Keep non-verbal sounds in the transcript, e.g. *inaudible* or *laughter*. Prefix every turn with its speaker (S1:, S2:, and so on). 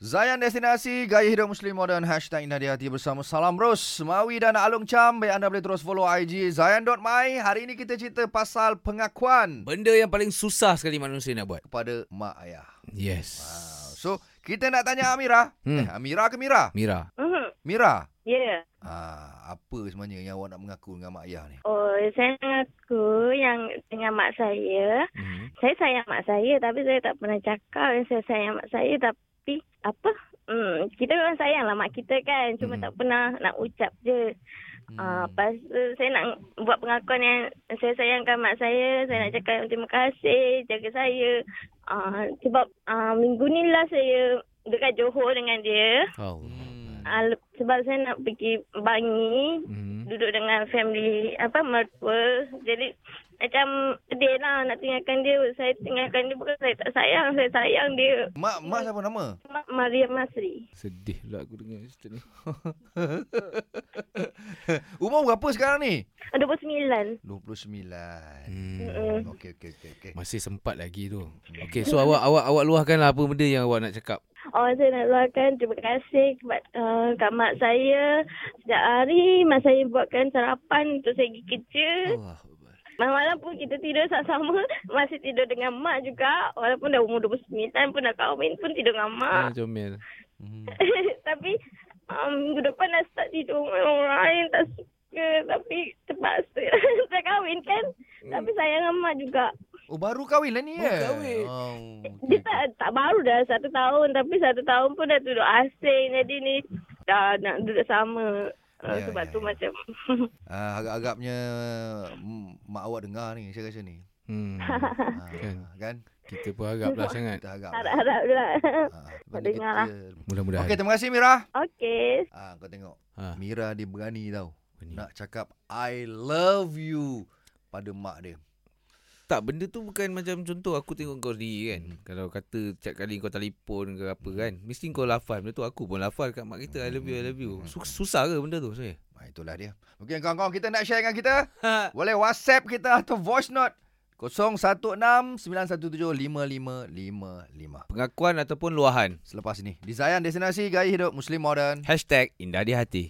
S1: Zayan Destinasi, gaya hidup muslim moden, hashtag indah di hati bersama Salam Ros, Mawi dan Alung Cham. Baik anda boleh terus follow IG Zayan.my. Hari ini kita cerita pasal pengakuan
S2: Benda yang paling susah sekali manusia nak buat.
S1: kepada mak ayah.
S2: Yes.
S1: So, kita nak tanya Amira.
S2: Hmm.
S1: Eh, Amira ke Mira?
S2: Mira.
S3: Mhm.
S1: Mira.
S3: Ya. Yeah.
S1: Ah, apa sebenarnya yang awak nak mengaku dengan mak ayah ni?
S3: Oh, saya mengaku yang dengan mak saya.
S2: Mm.
S3: Saya sayang mak saya tapi saya tak pernah cakap yang saya sayang mak saya tapi apa? Hmm, kita memang sayang lah mak kita kan. Cuma
S2: Mhm.
S3: tak pernah nak ucap je. Hmm. Uh, lepas tu saya nak buat pengakuan yang saya sayangkan mak saya. Saya nak cakap yang terima kasih jaga saya. Uh, sebab uh, minggu ni lah saya dekat Johor dengan dia.
S2: Allah.
S3: Uh, sebab saya nak pergi Bangi
S2: Mm.
S3: duduk dengan family apa mertua jadi macam sedih lah nak tinggalkan dia saya tinggalkan dia bukan saya tak sayang saya sayang dia
S1: Hmm. Mak, mak siapa nama?
S3: Mak Maria Masri
S2: Sedih pula aku dengar cerita ni.
S1: Umur berapa sekarang ni?
S3: 29
S1: 29.
S2: Mm.
S3: Mm.
S1: Okey, okey, okey. okey.
S2: Masih sempat lagi tu. Okay, so awak awak awak luahkanlah apa benda yang awak nak cakap.
S3: Oh, saya nak luahkan terima kasih kepada uh, kat mak saya. Setiap hari mak saya buatkan sarapan untuk saya pergi kerja.
S2: Allah.
S3: Malam-malam pun kita tidur sama-sama. Masih tidur dengan mak juga. Walaupun dah umur 29 pun dah kahwin pun tidur dengan mak.
S2: Ah, comel.
S1: Hmm.
S3: *laughs* Tapi um, minggu depan dah start tidur dengan orang lain tak suka. Tapi terpaksa. *laughs* Saya kahwin kan.
S1: Hmm.
S3: Tapi sayang dengan mak juga.
S1: Oh, baru kahwin lah ni
S2: Baru
S1: eh?
S2: kahwin.
S1: Oh,
S3: Dia
S1: okey, okey.
S3: tak, tak baru dah satu tahun. Tapi satu tahun pun dah duduk asing. Jadi ni dah nak duduk sama. Uh,
S1: Ya, ya,
S3: sebab tu
S1: ya.
S3: macam
S1: Ah, agak-agaknya mm, mak awak dengar ni saya rasa
S3: *laughs*
S1: ni.
S2: Hmm. *laughs*
S1: Ah,
S2: Kan.
S1: kan?
S2: Kita pun haraplah sangat.
S1: Kita agak. lah. Ah,
S3: harap-harap pula.
S1: benda
S3: dengar lah.
S2: Mudah-mudahan.
S1: Okey, terima kasih Mira.
S3: *laughs* Okey.
S1: Ah, kau tengok.
S2: Ha.
S1: Mira dia berani tau.
S2: Berani.
S1: Nak cakap I love you pada mak dia.
S2: Tak, benda tu bukan macam contoh aku tengok kau sendiri kan. Kalau kata setiap kali kau telefon ke apa kan, mesti kau lafal. Benda tu aku pun lafal kat mak kita, I love you, I love you. Su- Susah ke benda tu saya?
S1: Ah, itulah dia. Mungkin kawan-kawan kita nak share dengan kita.
S2: Ha.
S1: Boleh WhatsApp kita atau voice note 0169175555.
S2: Pengakuan ataupun luahan.
S1: Selepas ini, di Zayan Destinasi Gaya Hidup Muslim Modern.
S2: Hashtag Indah di Hati.